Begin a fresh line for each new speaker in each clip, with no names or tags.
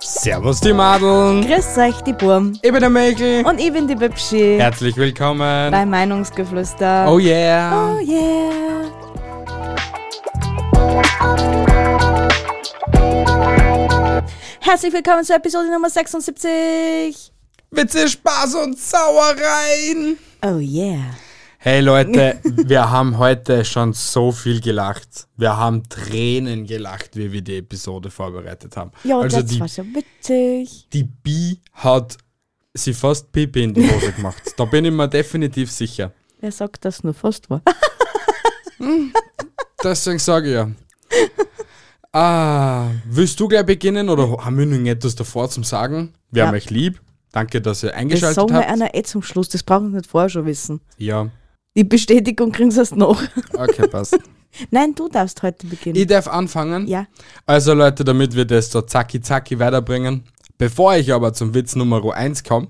Servus die Madeln,
Grüß euch, die Burm.
ich bin der Mäkel.
Und ich bin die Bibschi.
Herzlich willkommen.
Bei Meinungsgeflüster.
Oh yeah.
Oh yeah. Herzlich willkommen zur Episode Nummer 76.
Witze, Spaß und Sauereien.
Oh yeah.
Hey Leute, wir haben heute schon so viel gelacht. Wir haben Tränen gelacht, wie wir die Episode vorbereitet haben.
Ja,
also
das
die,
war schon witzig.
die Bi hat sie fast Pipi in die Hose gemacht. da bin ich mir definitiv sicher.
Wer sagt, dass nur fast war?
Deswegen sage ich ja. Ah, willst du gleich beginnen oder haben wir noch etwas davor zum Sagen? Wir
Ja.
haben euch lieb. Danke, dass ihr
Das
eingeschaltet
sagen wir
habt.
einer eh zum Schluss, das brauchen wir nicht vorher schon wissen.
Ja,
Die Bestätigung kriegen sie erst noch.
okay, passt.
Nein, du darfst heute beginnen.
Ich darf anfangen.
ja.
Also Leute, damit wir das so zacki zacki weiterbringen, bevor ich aber zum Witz Nummer 1 komme,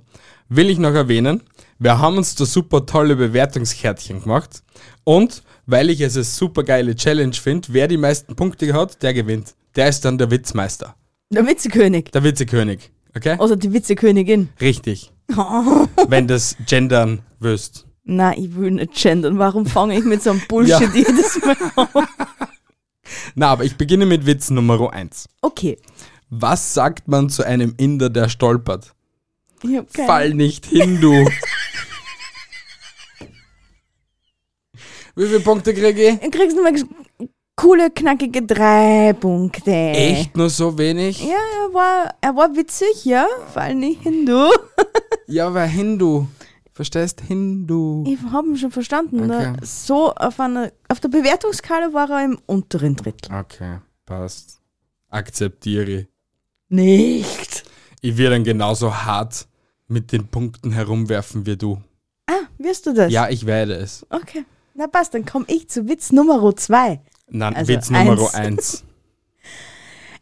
will ich noch erwähnen, wir haben uns da super tolle Bewertungskärtchen gemacht und weil ich es eine super geile Challenge finde, wer die meisten Punkte hat, der gewinnt. Der ist dann der Witzmeister,
Der Witzekönig.
der Witzekönig, okay?
Oder die Witzekönigin.
Richtig. Wenn das gendern wirst.
Nein, ich will nicht gendern. Warum fange ich mit so einem Bullshit jedes Mal an?
Na, aber ich beginne mit Witz Nummer 1.
Okay.
Was sagt man zu einem Inder, der stolpert?
Ich hab keine-
Fall nicht hin, du. Wie viele Punkte kriege ich?
Du kriegst nur mal ges- coole, knackige drei Punkte.
Echt nur so wenig?
Ja, er war, er war witzig, ja. Fall nicht hin, du.
Ja, aber Hindu. Verstehst? Hindu.
Ich hab ihn schon verstanden. ne?
Okay.
So, auf, einer, auf der Bewertungskala war er im unteren Drittel.
Okay, passt. Akzeptiere.
Nicht.
Ich werde dann genauso hart mit den Punkten herumwerfen wie du.
Ah, wirst du das?
Ja, ich werde es.
Okay. Na passt, dann komm ich zu Witz Nummer zwei.
Nein,
Also
Witz Nummer
eins.
1.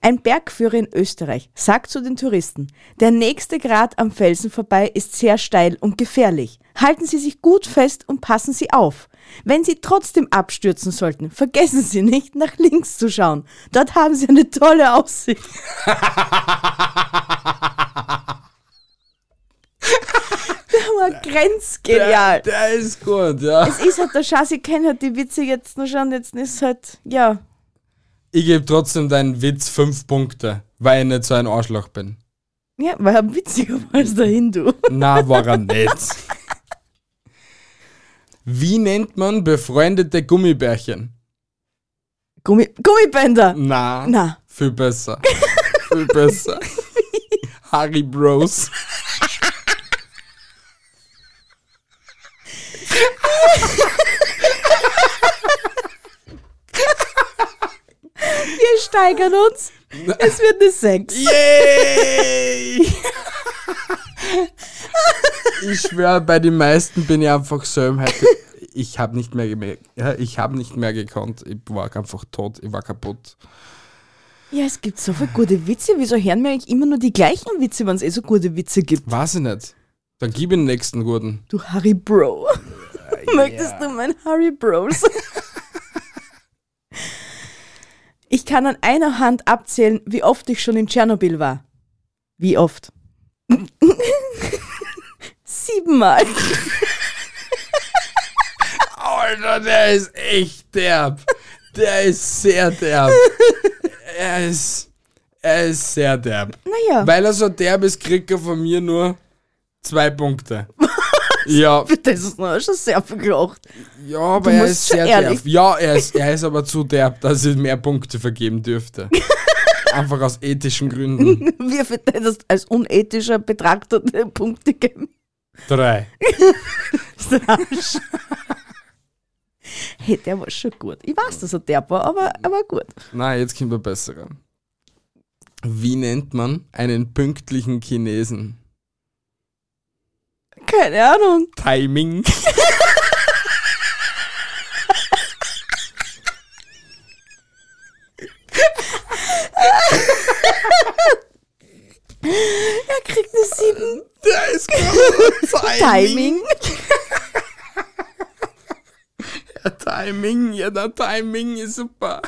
Ein Bergführer in Österreich sagt zu den Touristen, der nächste Grat am Felsen vorbei ist sehr steil und gefährlich. Halten Sie sich gut fest und passen Sie auf. Wenn Sie trotzdem abstürzen sollten, vergessen Sie nicht, nach links zu schauen. Dort haben Sie eine tolle Aussicht. der war grenzgenial.
Der ist gut, ja.
Es ist halt der Schatz, ich kenne halt die Witze jetzt nur schon, jetzt ist halt, ja,
Ich gebe trotzdem deinen Witz 5 Punkte, weil ich nicht so ein Arschloch bin.
ja, war ja witziger als der Hindu.
Na, war er nicht. Wie nennt man befreundete Gummibärchen?
Gummi Gummibänder.
Na,
Na.
viel besser. viel besser. Harry Bros.
Wir steigern uns. Es wird eine 6.
Yay! ich schwöre, bei den meisten bin ich einfach so im Hype. Ich habe nicht mehr gemerkt. Ja, ich habe nicht mehr gekonnt. Ich war einfach tot. Ich war kaputt.
Ja, es gibt so viele gute Witze. Wieso hören wir eigentlich immer nur die gleichen Witze, wenn es eh so gute Witze gibt?
Weiß ich nicht. Dann gib ihm den nächsten guten.
Du Harry Bro. Äh, Möchtest du mein Harry Bro sein? ich kann an einer Hand abzählen, wie oft ich schon in Tschernobyl war. Wie oft? Siebenmal.
Alter, der ist echt derb. Der ist sehr derb. Er ist, er ist sehr derb.
Naja.
Weil er so derb ist, kriegt er von mir nur zwei Punkte. Ja,
Das ist noch schon sehr verglocht.
ja, aber er
musst
ist
schon
sehr
ehrlich-
derb. Ja, er ist, er ist aber zu derb, dass ich mehr Punkte vergeben dürfte. Einfach aus ethischen Gründen.
Wir finden das als unethischer betrachtete Punkte geben.
Drei.
Arsch. hey, der war schon gut. Ich weiß, dass er derb war, aber er war gut.
Nein, jetzt kommt der bessere. Wie nennt man einen pünktlichen Chinesen?
Keine Ahnung.
Timing.
Er kriegt eine 7.
Der ist gerade
Timing.
Timing, ja, der Timing ist super.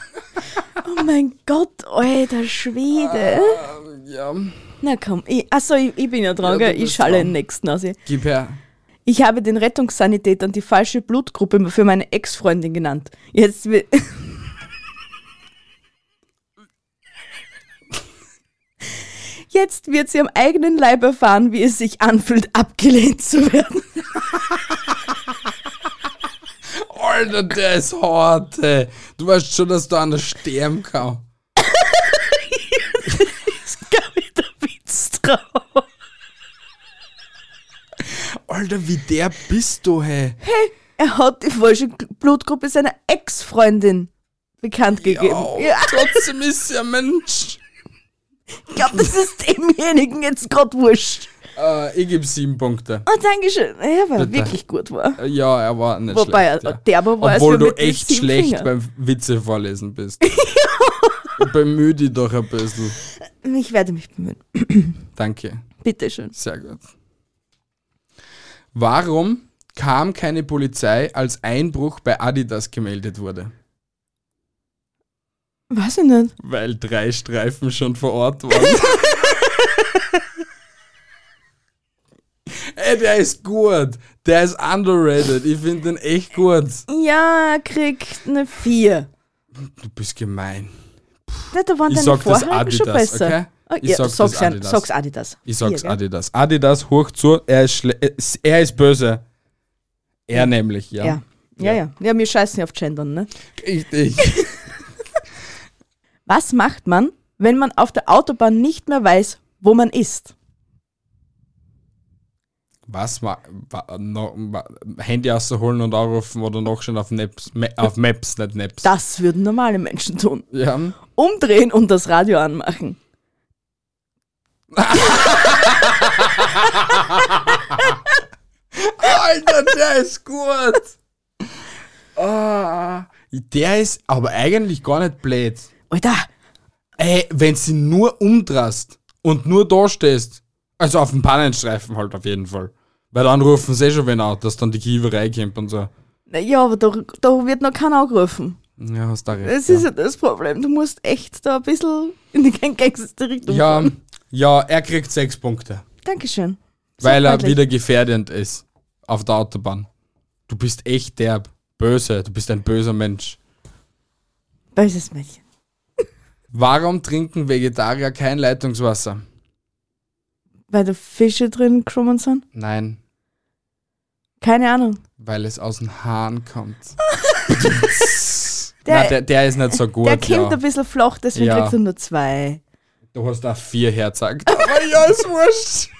Oh mein Gott, alter Schwede.
Ähm, ja.
Na komm, ich, achso, ich, ich bin ja dran,
Ja,
gell?
du
ich
bist
schalle
dran.
den nächsten aus.
Gib her.
Ich habe den Rettungssanitätern die falsche Blutgruppe für meine Ex-Freundin genannt. Jetzt will. Jetzt wird sie am eigenen Leib erfahren, wie es sich anfühlt, abgelehnt zu werden.
Alter, der ist hart, ey. Du weißt schon, dass du an der sterben kannst.
Das ist gar nicht der Witz drauf.
Alter, wie der bist du, hey.
Er hat die falsche Blutgruppe seiner Ex-Freundin bekannt
Ja,
gegeben. Ja,
trotzdem ist er Mensch.
ich glaube, das ist demjenigen jetzt gerade wurscht.
Äh, ich gebe sieben Punkte.
Oh, Dankeschön. Ja, weil er
Bitte.
wirklich gut war.
Äh, Ja, er war nicht
Wobei,
schlecht.
er-
ja.
derbe war es
Obwohl
nur
du
mit den
echt
sieben
schlecht
Fingern.
beim Witze vorlesen bist. Bemühe dich doch ein bisschen.
Ich werde mich bemühen.
Danke.
Bitteschön.
Sehr gut. Warum kam keine Polizei, als Einbruch bei Adidas gemeldet wurde?
Was denn denn?
Weil drei Streifen schon vor Ort waren. Ey, der ist gut. Der ist underrated. Ich finde den echt gut.
Ja, er kriegt eine 4.
Du bist gemein.
Na, da waren
Ich
deine
sag das
Vorhaben schon
Adidas,
besser.
okay?
Oh,
Ich
ja,
sag das
sag's an-
Adidas.
Sag's Adidas.
Ich sag's
Vier, gell?
Adidas. Adidas, hoch zu. Er ist, schle- äh, er ist böse. Er nämlich, ja.
Ja. Ja, ja. Ja, wir scheißen ja auf Gendern, ne?
Richtig.
Was macht man, wenn man auf der Autobahn nicht mehr weiß, wo man ist?
Was? Ma wa no wa Handy rausholen und anrufen oder nachschauen auf, Naps, Ma auf Maps, nicht Naps.
Das würden normale Menschen tun.
Ja.
Umdrehen und das Radio anmachen.
Alter, der ist gut. Ah, der ist aber eigentlich gar nicht blöd.
Alter,
Ey, wenn sie nur umdrast und nur da stehst, also auf dem Pannenstreifen halt auf jeden Fall. Weil dann rufen sie eh schon wen an, dass dann die Kiewerei kommt und so.
Na ja, aber da, da wird noch keiner angerufen.
Ja, hast du recht.
Das
ja.
ist ja das Problem. Du musst echt da ein bisschen in die gängigste Richtung
ja,
fahren.
ja, er kriegt sechs Punkte.
Dankeschön. Sehr
Weil er
freundlich.
wieder gefährdend ist auf der Autobahn. Du bist echt derb, böse, du bist ein böser Mensch.
Böses Mädchen.
Warum trinken Vegetarier kein Leitungswasser?
Weil da Fische drin geschwommen sind?
Nein,
Keine Ahnung.
weil es aus dem Hahn kommt.
Der-
der, Nein, der, der ist nicht so gut.
Der kommt
ja.
ein bisschen flach, deswegen
Ja.
kriegt er nur zwei.
Du hast da vier
Oh,
herzagt. Aber ja, ist wurscht.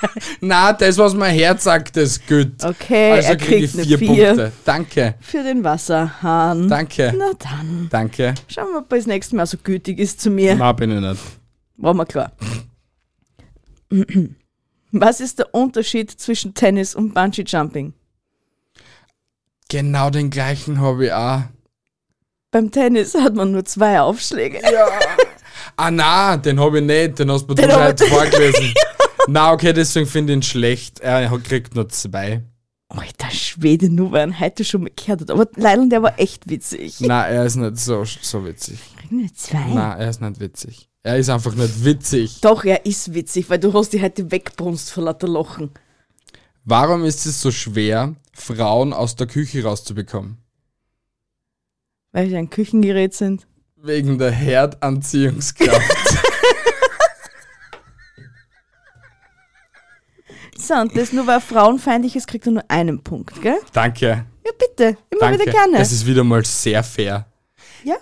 Na, das, was mein Herz sagt, ist gut.
Okay,
also
er
kriege ich
kriegt eine
vier,
Vier.
Punkte. Danke,
Für den Wasserhahn.
danke,
Na dann.
danke.
Schauen wir, ob er das nächste Mal so gütig ist zu mir.
Na, bin ich nicht.
War mir klar. Was ist der Unterschied zwischen Tennis und Bungee Jumping?
Genau den gleichen habe ich auch.
Beim Tennis hat man nur zwei Aufschläge.
Ah na, den habe ich nicht, den hast du
Den
mir
hab
halt
ich-
vorgelesen. na, okay, deswegen finde ich ihn schlecht. Er hat- kriegt nur zwei.
Alter Schwede, nur weil er ihn heute schon mal gehört hat. Aber Leilon, der war echt witzig.
Na, er ist nicht so, so witzig.
Kriegen wir zwei?
Na, er ist nicht witzig. Er ist einfach nicht witzig.
Doch, er ist witzig, weil du hast die heute wegbrunst vor lauter Lachen.
Warum ist es so schwer, Frauen aus der Küche rauszubekommen?
Weil sie ein Küchengerät sind.
Wegen der Herdanziehungskraft.
So, und das nur weil er frauenfeindlich ist, kriegt er nur einen Punkt, gell?
Danke.
Ja, bitte. Immer
Danke.
wieder gerne.
Das ist wieder mal sehr fair.
ja?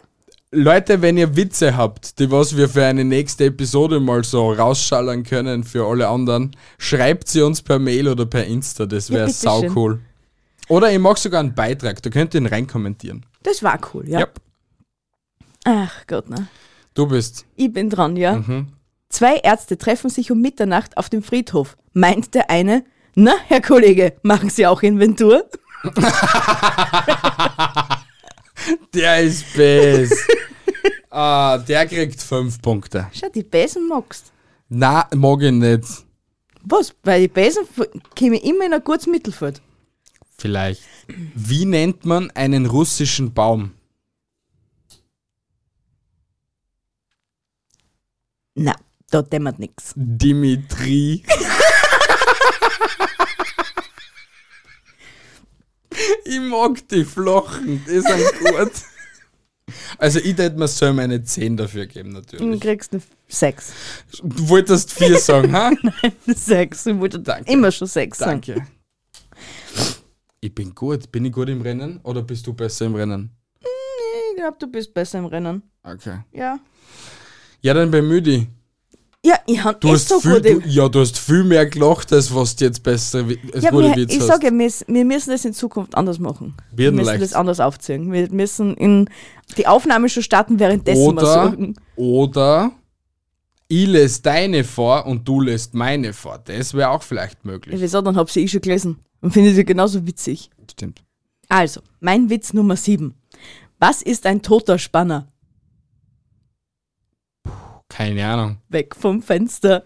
Leute, wenn ihr Witze habt, die was wir für eine nächste Episode mal so rausschallern können für alle anderen, schreibt sie uns per Mail oder per Insta, das
Ja,
wäre sau
bitteschön.
cool. Oder ich mache sogar einen Beitrag, da könnt ihr ihn reinkommentieren.
Das war cool, ja.
Yep.
Ach Gott, ne?
Du Du bist.
Ich bin dran, ja.
Mhm.
Zwei Ärzte treffen sich um Mitternacht auf dem Friedhof. Meint der eine, na, Herr Kollege, machen Sie auch Inventur?
Der ist best. ah, der kriegt fünf Punkte.
Schau, die Besen magst.
Na, mag ich nicht.
Was? Weil die Besen käme immer in ein gutes Mittelfeld.
Vielleicht. Wie nennt man einen russischen Baum?
Na, da dämmert nix.
Dimitri. ich mag die Flochen, die sind gut. Also ich hätte mir selber eine 10 dafür geben,
Du
natürlich.
kriegst eine Sechs.
Du wolltest 4 sagen, ha?
Sechs. Ich wollte
Danke.
immer schon sechs sagen.
Danke. Ich bin gut. Bin ich gut im Rennen oder bist du besser im Rennen?
Ich glaube, du bist besser im Rennen.
Okay.
Ja.
Ja, dann bemühe dich.
Ja, ich habe
Du
echt
hast,
so
viel,
gute...
du, ja, du hast viel mehr gelacht, als was du jetzt besser als
Ja,
gute
wir,
Witz
ich
hast.
sage, ja, wir, s- wir müssen das in Zukunft anders machen. Wir
Wird
müssen
leicht.
das anders aufziehen. Wir müssen in die Aufnahme schon starten, währenddessen wir
oder,
suchen.
oder ich lese deine vor und du lässt meine vor. Das wäre auch vielleicht möglich.
Wieso, dann habe sie ich schon gelesen und finde sie genauso witzig.
Stimmt.
Also, mein Witz Nummer 7. Was ist ein toter Spanner?
Keine Ahnung.
Weg vom Fenster.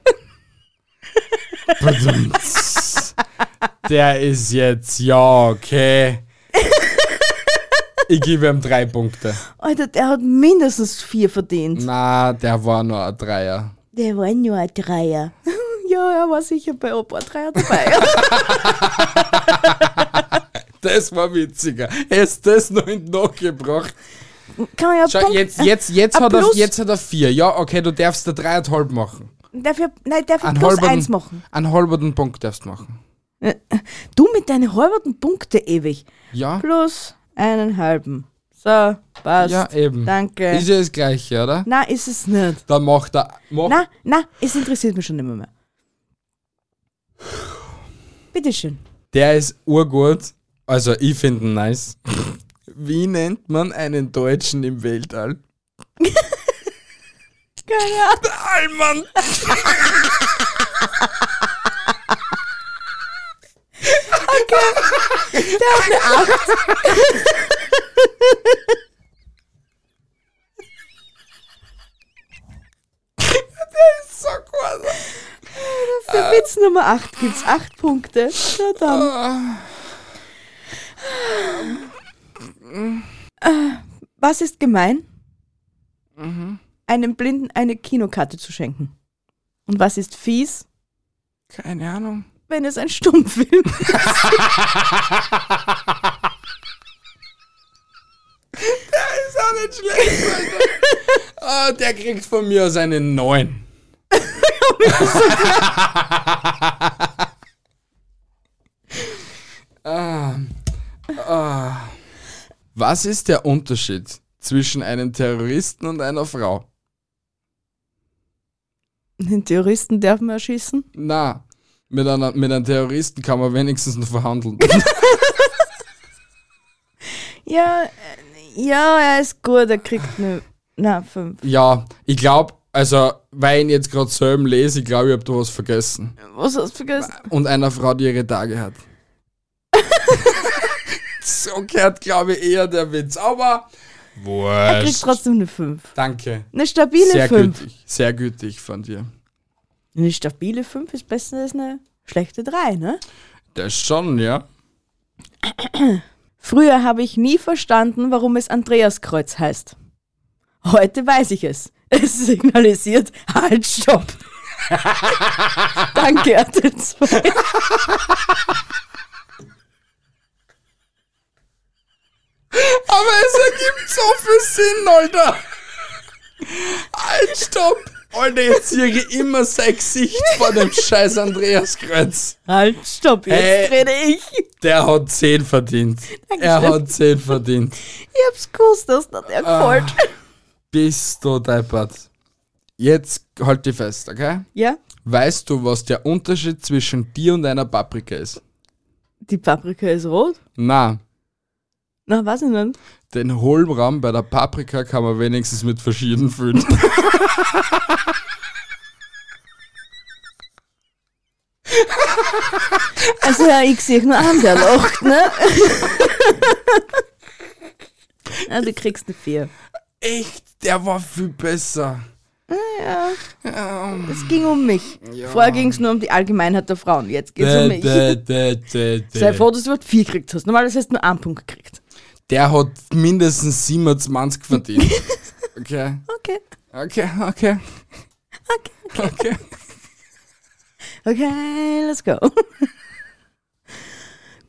Badumts. Der ist jetzt, ja, okay. Ich gebe ihm drei Punkte.
Alter, der hat mindestens vier verdient.
Na, der war nur ein Dreier.
Der war nur ein Dreier. ja, er war sicher bei Opa Dreier dabei.
Das war witziger. Hättest das noch in nachgebracht.
Kann man ja
Schau,
Punkt-
jetzt, jetzt, jetzt,
Ein
hat er,
Plus.
jetzt hat er vier. Ja, okay, du darfst der dreieinhalb machen.
Dafür, nein, dafür
Einen
plus
halberten-
eins machen.
Einen halberten Punkt darfst du machen.
Du mit deinen halberten Punkte ewig.
Ja?
Plus einen halben. So, passt.
Ja, eben.
Danke.
Ist ja das Gleiche, oder?
na, ist es nicht.
Dann macht er. Macht
Na, na, es interessiert mich schon immer mehr. Bitteschön.
Der ist urgut. Also, ich finde ihn nice. Wie nennt man einen Deutschen im Weltall?
Keine
Allmann!
Ahnung.
So gut.
Für Witz Nummer 8 gibt's 8 Punkte. Verdammt.
Ah,
Äh, Was ist gemein? Einem Blinden eine Kinokarte zu schenken. Und was ist fies,
Keine Ahnung.
wenn es ein Stummfilm ist?
Ist auch nicht schlecht, Alter. Ah, der kriegt von mir aus einen neuen. Ah. Was ist der Unterschied zwischen einem Terroristen und einer Frau?
Den Terroristen darf man erschießen.
Na, mit, einer, mit einem Terroristen kann man wenigstens noch verhandeln.
Ja, äh, ja, er ist gut, er kriegt eine. Na, fünf.
ja, ich glaube, also, weil ich ihn jetzt gerade selber lese, ich glaube, ich habe da was vergessen.
Was hast du vergessen?
Und einer Frau, die ihre Tage hat. so gehört, glaube ich, eher der Witz. Aber,
Er kriegt
wurscht.
trotzdem eine 5.
Danke.
Eine stabile
Äh, Sehr
5.
gütig. Sehr gütig von dir.
Eine stabile 5 ist besser als eine schlechte 3, ne?
Das schon, ja.
Früher habe ich nie verstanden, warum es Andreaskreuz heißt. Heute weiß ich es. Es signalisiert Halt, Stopp. Danke, RTL 2.
Aber es ergibt so viel Sinn, Alter. Halt, stopp. Alter, jetzt sehe ich immer sein Gesicht vor dem scheiß Andreas Kreuz.
Halt, Stopp, jetzt
Hey.
rede ich.
Der hat 10 verdient. Er hat 10 verdient.
Ich hab's gewusst, dass dir der
Ah.
gefällt.
Bist du deppert. Jetzt halt dich fest, okay?
Ja,
Weißt du, was der Unterschied zwischen dir und einer Paprika ist?
die Paprika ist rot.
Na,
Na, was denn?
Den Hohlraum bei der Paprika kann man wenigstens mit verschieden füllen.
Also ja, ich sehe nur an, der lacht, ne? Na, du kriegst eine Vier.
Echt, der war viel besser.
Es ging um mich. Vorher ging es nur um die Allgemeinheit der Frauen. Jetzt geht es um mich. Sei froh, dass du überhaupt vier gekriegt hast. Normalerweise hast du nur einen Punkt gekriegt.
Der hat mindestens 27 verdient. Okay,
Okay.
okay, okay. Okay, okay.
Okay, let's go.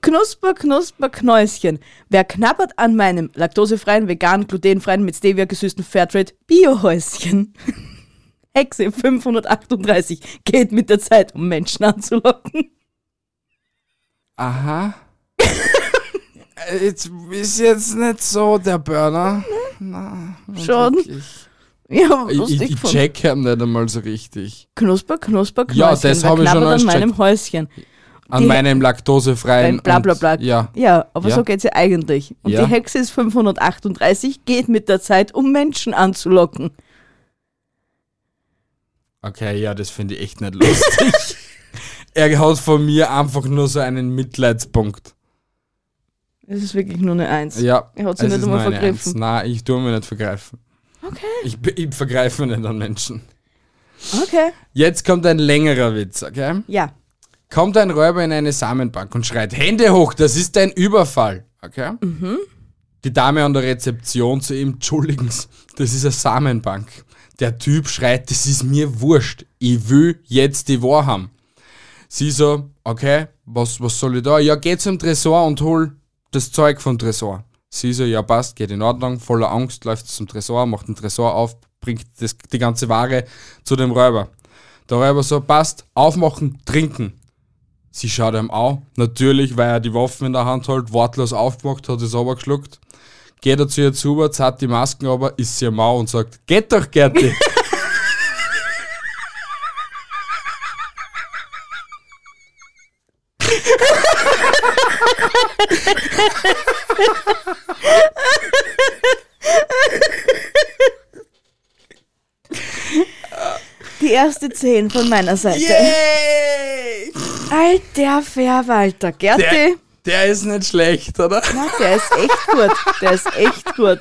Knusper, Knusper, Knäuschen. Wer knabbert an meinem laktosefreien, vegan, glutenfreien, mit Stevia gesüßten Fairtrade Biohäuschen? Hexe 538 geht mit der Zeit, um Menschen anzulocken.
Aha. Äh, Jetzt ist jetzt nicht so der Burner.
Ne? Schon.
Wirklich.
Ja,
Ich,
aber
ich,
lustig
ich
von.
check ihn nicht einmal so richtig.
Knusper, Knusper, Knäuschen.
Ja, das
Wer
hab ich schon
knabbert
alles
an meinem Häuschen.
An
Die-
meinem laktosefreien.
Ein bla bla bla.
Und, ja.
ja aber
Ja.
so geht's ja eigentlich. Und
Ja.
die Hexe ist 538, geht mit der Zeit, um Menschen anzulocken.
Okay, ja, das finde ich echt nicht lustig. er hat von mir einfach nur so einen Mitleidspunkt.
Das ist wirklich nur eine Eins.
Ja.
Er hat sich
es
nicht
ist
einmal
nur eine
vergriffen.
Eins. Nein, ich tue mir nicht vergreifen.
Okay.
Ich, be- ich vergreife mich nicht an Menschen.
Okay.
Jetzt kommt ein längerer Witz, okay?
Ja.
Kommt ein Räuber in eine Samenbank und schreit, Hände hoch, das ist ein Überfall. Okay? Die Dame an der Rezeption zu ihm, entschuldigen Sie, das ist eine Samenbank. Der Typ schreit, das ist mir wurscht, ich will jetzt die Wahr haben. Sie so, okay, was, was soll ich da? Ja, geh zum Tresor und hol das Zeug vom Tresor. Sie so, ja passt, geht in Ordnung, voller Angst, läuft zum Tresor, macht den Tresor auf, bringt das, die ganze Ware zu dem Räuber. Der Räuber so, passt, aufmachen, trinken. Sie schaut ihm an. Natürlich, weil er die Waffen in der Hand hält, wortlos aufgemacht, hat es runtergeschluckt. Geht er zu ihr zu, zahlt die Masken aber, ist sie mau und sagt, geht doch, Gerti.
Die erste 10 von meiner Seite.
Yay!
Alter Verwalter. Gerti.
Der, der ist nicht schlecht, oder?
Na, der ist echt gut. Der ist echt gut.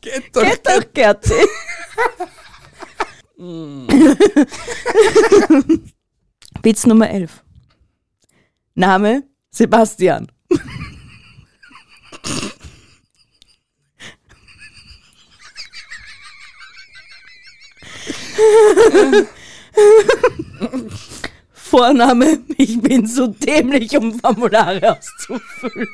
Geht doch.
Geht doch, Gerti. Witz Nummer 11. Name Sebastian. Vorname, ich bin so dämlich, um Formulare auszufüllen.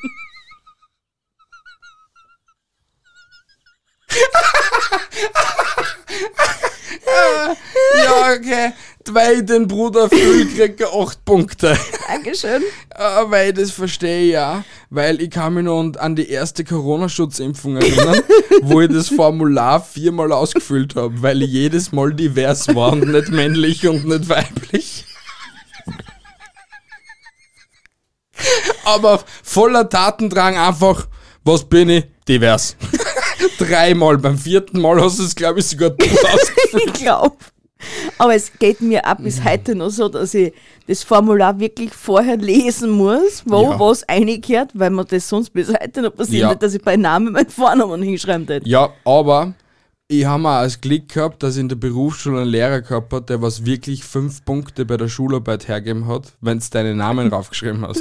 Ja, okay. Weil ich den Bruder fühl, krieg ich 8 Punkte.
Dankeschön.
Ah, weil das verstehe ich ja, weil ich kann mich noch an- an die erste Corona-Schutzimpfung erinnern, wo ich das Formular viermal ausgefüllt habe, weil ich jedes Mal divers war und nicht männlich und nicht weiblich. Aber voller Tatendrang einfach, was bin ich? Divers. Dreimal, beim vierten Mal hast du es, glaube ich, sogar du ausgefüllt.
ich glaube. Aber es geht mir ab
Mhm.
bis heute noch so, dass ich das Formular wirklich vorher lesen muss, wo
Ja.
was eingekehrt, weil mir das sonst bis heute noch passiert
Ja.
hat, dass ich bei Namen meinen Vornamen hinschreiben hätte.
Ja, aber ich habe mal als Glück gehabt, dass ich in der Berufsschule einen Lehrer gehabt hat, der was wirklich fünf Punkte bei der Schularbeit hergegeben hat, wenn du deinen Namen draufgeschrieben hast.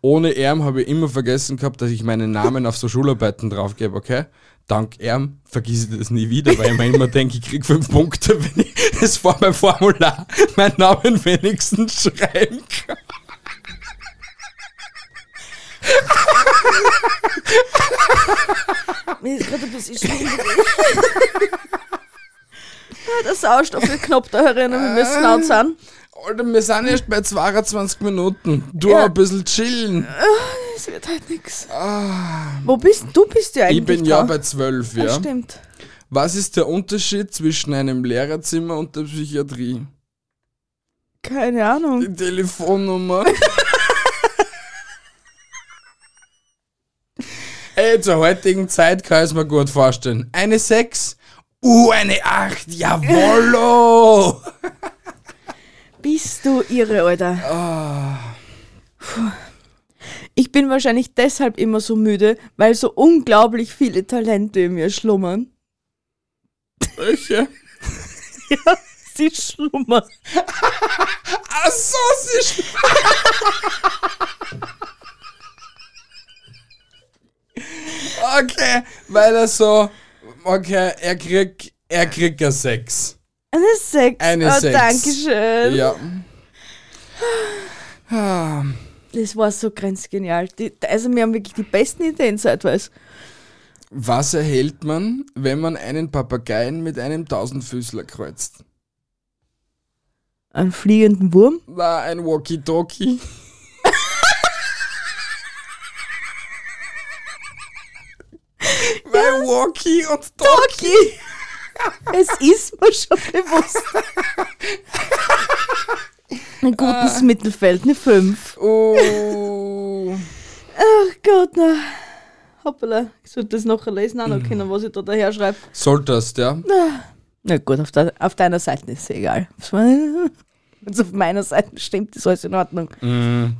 Ohne Erm habe ich immer vergessen gehabt, dass ich meinen Namen auf so Schularbeiten draufgebe, okay? Dank Erm vergiss ich das nie wieder, weil ich mir immer denke, ich krieg fünf Punkte, wenn ich das war mein Formular, meinen Namen wenigstens schreiben kann.
Mir ist gerade ein bisschen schwindelig. Ah, Der Sauerstoff wird knapp da herinnen, wir müssen laut sein.
Alter, wir sind erst bei 22 Minuten. Du
Ja.
ein bisschen chillen.
Es wird halt nichts. Wo bist du? bist ja eigentlich
Ah. Ich bin
da.
ja bei 12, ja.
Ah, stimmt.
Was ist der Unterschied zwischen einem Lehrerzimmer und der Psychiatrie?
Keine Ahnung.
Die Telefonnummer. Wobei, zur heutigen Zeit kann ich es mir gut vorstellen. Eine 6, uh, eine 8, jawollo!
Bist du irre, Alter. Puh. Ich bin wahrscheinlich deshalb immer so müde, weil so unglaublich viele Talente in mir schlummern.
Welche?
Ja, sie schlummern.
Ach Ah, so, sie sch- Okay, weil er so, okay, er kriegt, er kriegt ja 6.
Eine Sechs.
Eine
oh,
Sechs.
Dankeschön.
Ja.
Das war so grenzgenial. Die, also, wir haben wirklich die besten Ideen zeitweise.
Was erhält man, wenn man einen Papageien mit einem Tausendfüßler kreuzt?
Einen fliegenden Wurm?
Na, ein Walkie-Talkie. Weil Walkie und Talkie.
Okay. es ist mir schon bewusst. Ein gutes
Ah.
Mittelfeld, eine 5.
Oh.
Ach Gott, na. Hoppala, ich sollte das nachher lesen auch noch können, was ich da daher schreibe.
Solltest, ja?
Na gut, auf, de auf deiner Seite ist es egal. Wenn es auf meiner Seite stimmt, ist alles in Ordnung.
Mm.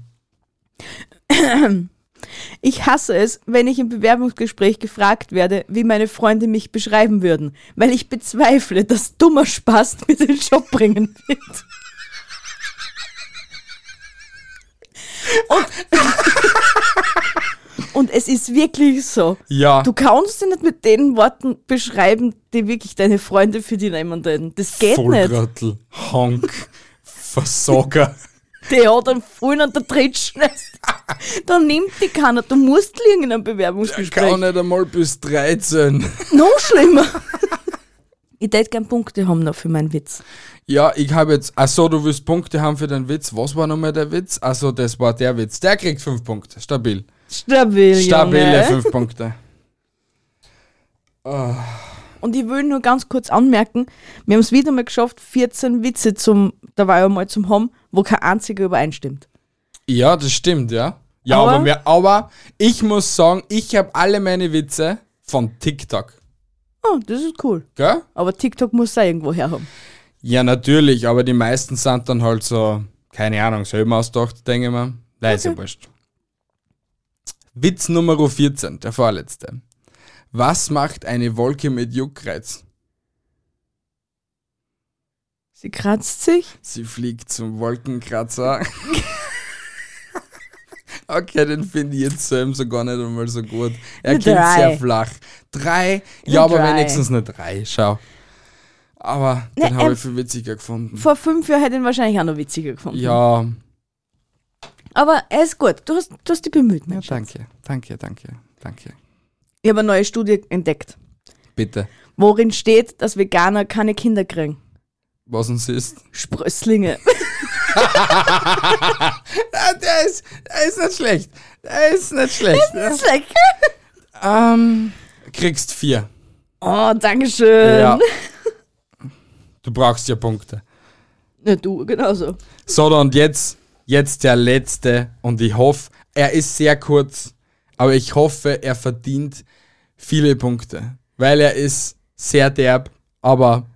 Ich hasse es, wenn ich im Bewerbungsgespräch gefragt werde, wie meine Freunde mich beschreiben würden, weil ich bezweifle, dass dummer Spaß mir den Job bringen wird. Und, und es ist wirklich so.
Ja.
Du kannst sie nicht mit den Worten beschreiben, die wirklich deine Freunde für dich nehmen würden. Das geht nicht.
Volltrottel, Honk, Versager.
Die hat einen Fallen an der Trittschnest. Da nimmt die keiner. Du musst liegen in einem
Ich kann
Bewerbungsgespräch.
nicht einmal bis 13.
Noch schlimmer. Ich tät gern Punkte haben noch für meinen Witz.
Ja, ich habe jetzt. Achso, du willst Punkte haben für den Witz. Was war nochmal der Witz? Achso, das war der Witz. Der kriegt 5 Punkte. Stabil.
Stabil,
Stabile
Junge.
5 Punkte.
Und ich will nur ganz kurz anmerken, wir haben es wieder mal geschafft, 14 Witze zum, da war ja mal zum haben, wo kein einziger übereinstimmt.
Ja, das stimmt, ja. Ja, aber,
Aber-
aber, wir, aber ich muss sagen, ich habe alle meine Witze von TikTok.
Oh, das ist cool.
Gell?
Aber TikTok muss da irgendwo herhaben.
Ja, natürlich, aber die meisten sind dann halt so, keine Ahnung, selber ausgedacht, denke ich mal. Nein, ist ja wurscht. Witz Nummer 14, der vorletzte. Was macht eine Wolke mit Juckreiz?
Sie kratzt sich.
Sie fliegt zum Wolkenkratzer. okay, den finde ich jetzt selber so gar nicht einmal so gut. Er
Eine
klingt
Drei.
sehr flach. Drei? Ja,
Eine
aber
Drei.
wenigstens eine Drei, schau. Aber den
Na,
habe
ähm,
ich viel witziger gefunden.
Vor fünf Jahren hätte ich ihn wahrscheinlich auch noch witziger gefunden.
Ja,
Aber er ist gut. Du hast, du hast dich bemüht, mein
ja
Schatz.
danke, danke, danke, danke.
Ich habe eine neue Studie entdeckt,
Bitte.
worin steht, dass Veganer keine Kinder kriegen.
Was uns ist?
Sprösslinge.
Ah, der ist, der ist nicht schlecht. Der ist nicht schlecht.
Das ist lecker.
Ähm, kriegst vier.
Oh, Dankeschön.
Ja. Du brauchst ja Punkte.
Na, du, genauso.
So, und jetzt, jetzt der letzte. Und ich hoffe, er ist sehr kurz, aber ich hoffe, er verdient viele Punkte. Weil er ist sehr derb, aber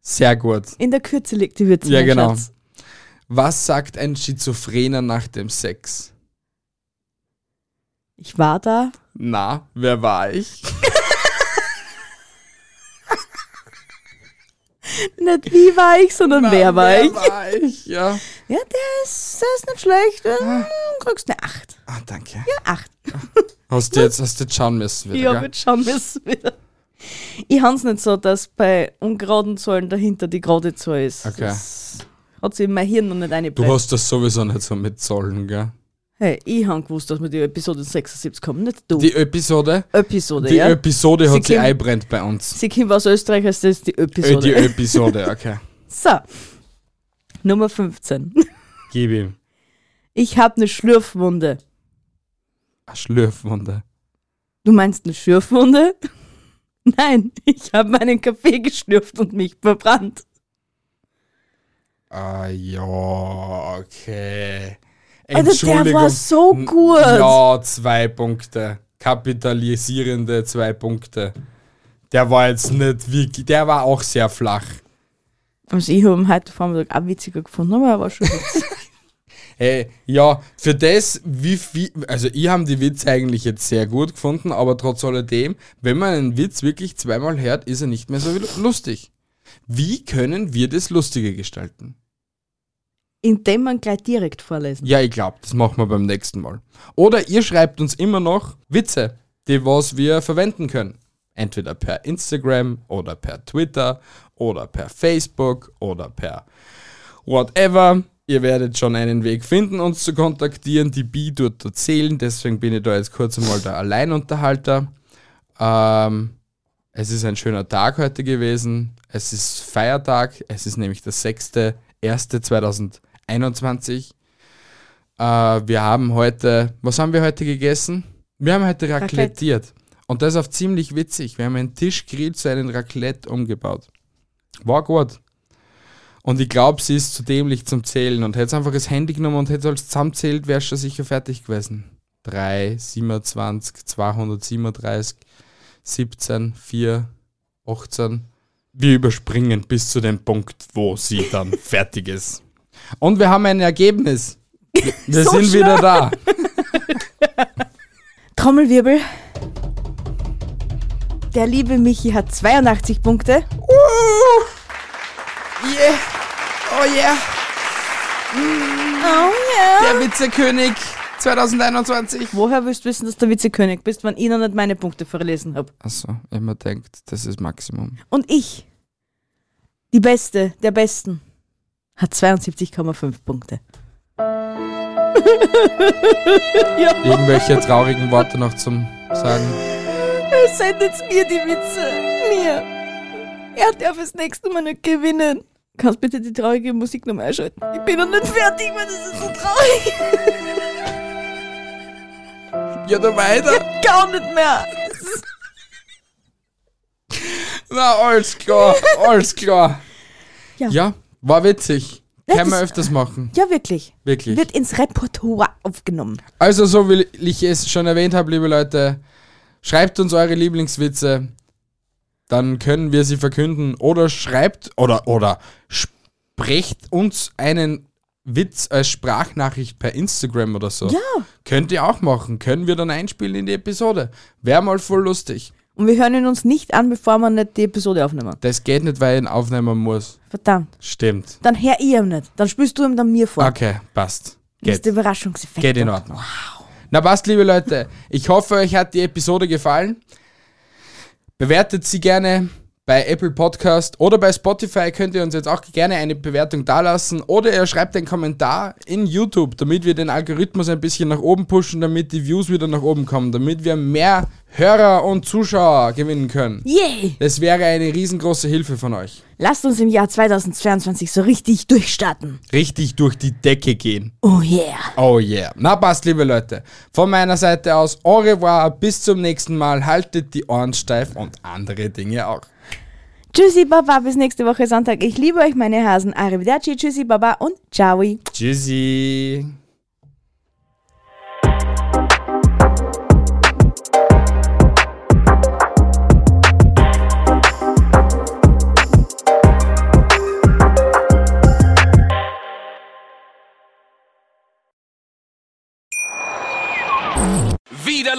sehr gut.
In der Kürze liegt die Würze.
Ja,
mein
genau.
Schatz.
Was sagt ein Schizophrener nach dem Sex?
Ich war da.
Na, wer war ich?
Nicht wie war ich, sondern
Na,
wer war ich.
war ich? Ja.
Ja, der ist, der ist nicht schlecht. Du kriegst eine Acht.
Ah, danke.
Acht.
Hast du jetzt, hast du jetzt schauen müssen wieder,
Ja,
gell?
jetzt schauen wir es wieder. Ich habe es nicht so, dass bei ungeraden Zahlen dahinter die gerade Zahl ist.
Okay.
Das hat sich in mein Hirn noch nicht
Du
eingeblendet.
hast das sowieso nicht so mit Zollen, gell?
Hey, ich habe gewusst, dass wir die Episode 76 kommen, nicht du.
Die Episode,
Episode,
die
ja?
Episode
Sie
hat sich
kennen-
einbrennt bei uns.
Sie kommt aus Österreich, heißt das die
Äh,
Episode.
die Episode, okay.
so, Nummer 15.
Gib ihm.
Ich habe eine Schlürfwunde.
Eine Schlürfwunde.
Du meinst eine Schürfwunde? Nein, ich habe meinen Kaffee geschlürft und mich verbrannt.
Ah ja, okay.
Alter, der Also war so gut.
Ja, zwei Punkte. kapitalisierende zwei Punkte. Der war jetzt nicht wirklich, der war auch sehr flach.
Also ich habe ihn heute Vormittag auch witziger gefunden, aber er war schon witzig.
Hey, Äh, ja, für das, wie viel, also ich habe die Witze eigentlich jetzt sehr gut gefunden, aber trotz alledem, wenn man einen Witz wirklich zweimal hört, ist er nicht mehr so lustig. Wie können wir das Lustige gestalten?
Indem man gleich direkt vorlesen.
Ja, ich glaube, das machen wir beim nächsten Mal. Oder ihr schreibt uns immer noch Witze, die was wir verwenden können. Entweder per Instagram oder per Twitter oder per Facebook oder per whatever. Ihr werdet schon einen Weg finden, uns zu kontaktieren. Die Bi dort erzählen, deswegen bin ich da jetzt kurz einmal der Alleinunterhalter. Ähm, es ist ein schöner Tag heute gewesen. Es ist Feiertag. Es ist nämlich der 6.1.2021. Äh, wir haben heute, was haben wir heute gegessen? Wir haben heute
Raclette.
raclettiert. Und das ist auf ziemlich witzig. Wir haben einen Tischgrill zu einem Raclette umgebaut. War gut. Und ich glaube, sie ist zu dämlich zum Zählen und hätte einfach das Handy genommen und hätte alles zusammenzählt, wäre schon sicher fertig gewesen. 3, 27, 237, 17, 4, 18. Wir überspringen bis zu dem Punkt, wo sie dann fertig ist. Und wir haben ein Ergebnis. Wir- Wir
So
sind
schnell.
wieder da.
Trommelwirbel. Der liebe Michi hat 82 Punkte.
Yeah. Oh yeah.
Oh ja.
Der Witzekönig 2021.
Woher willst du wissen, dass du Witzekönig bist, wenn ich noch nicht meine Punkte verlesen habe?
Achso, immer denkt, das ist Maximum.
Und ich, die Beste der Besten, hat 72,5 Punkte.
Irgendwelche traurigen Worte noch zum Sagen.
Sendet mir die Witze. Mir. Er darf das nächste Mal nicht gewinnen. Kannst bitte die traurige Musik nochmal einschalten? Ich bin noch nicht fertig, weil das ist so traurig.
Ja, da weiter.
Gar nicht mehr. Das ist
Na, alles klar, alles klar.
Ja.
Ja, war witzig.
Ja,
Können wir
das-
öfters machen,
Ja, wirklich.
wirklich.
Wird ins Repertoire aufgenommen.
Also, so wie ich es schon erwähnt habe, liebe Leute, schreibt uns eure Lieblingswitze, dann können wir sie verkünden. Oder schreibt oder oder sprecht uns einen Witz als Sprachnachricht per Instagram oder so.
Ja.
Könnt ihr auch machen. Können wir dann einspielen in die Episode. Wäre mal voll lustig.
Und wir hören ihn uns nicht an, bevor wir nicht die Episode aufnehmen.
Das geht nicht, weil ich ihn aufnehmen muss.
Verdammt.
Stimmt.
Dann hör ich ihm nicht. Dann spielst du ihm dann mir vor.
Okay, passt.
Das ist der
Ah, Geht,
Überraschungseffekt.
geht in Ordnung. Na passt, liebe Leute. Ich hoffe, euch hat die Episode gefallen. Bewertet sie gerne bei Apple Podcast oder bei Spotify könnt ihr uns jetzt auch gerne eine Bewertung dalassen oder ihr schreibt einen Kommentar in YouTube, damit wir den Algorithmus ein bisschen nach oben pushen, damit die Views wieder nach oben kommen, damit wir mehr Hörer und Zuschauer gewinnen können.
Yay!
Das wäre eine riesengroße Hilfe von euch.
Lasst uns im Jahr 2022 so richtig durchstarten.
Richtig durch die Decke gehen.
Oh yeah.
Oh yeah. Na passt, liebe Leute. Von meiner Seite aus, au revoir, bis zum nächsten Mal. Haltet die Ohren steif und andere Dinge auch.
Tschüssi, Baba. Bis nächste Woche Sonntag. Ich liebe euch, meine Hasen. Arrivederci. Tschüssi, Baba und ciao.
Tschüssi.
Wieder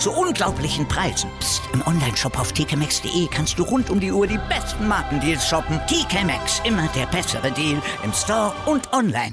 zu unglaublichen Preisen. Psst. Im Onlineshop auf tkmaxx.de kannst du rund um die Uhr die besten Markendeals shoppen. TK Maxx, immer der bessere Deal im Store und online.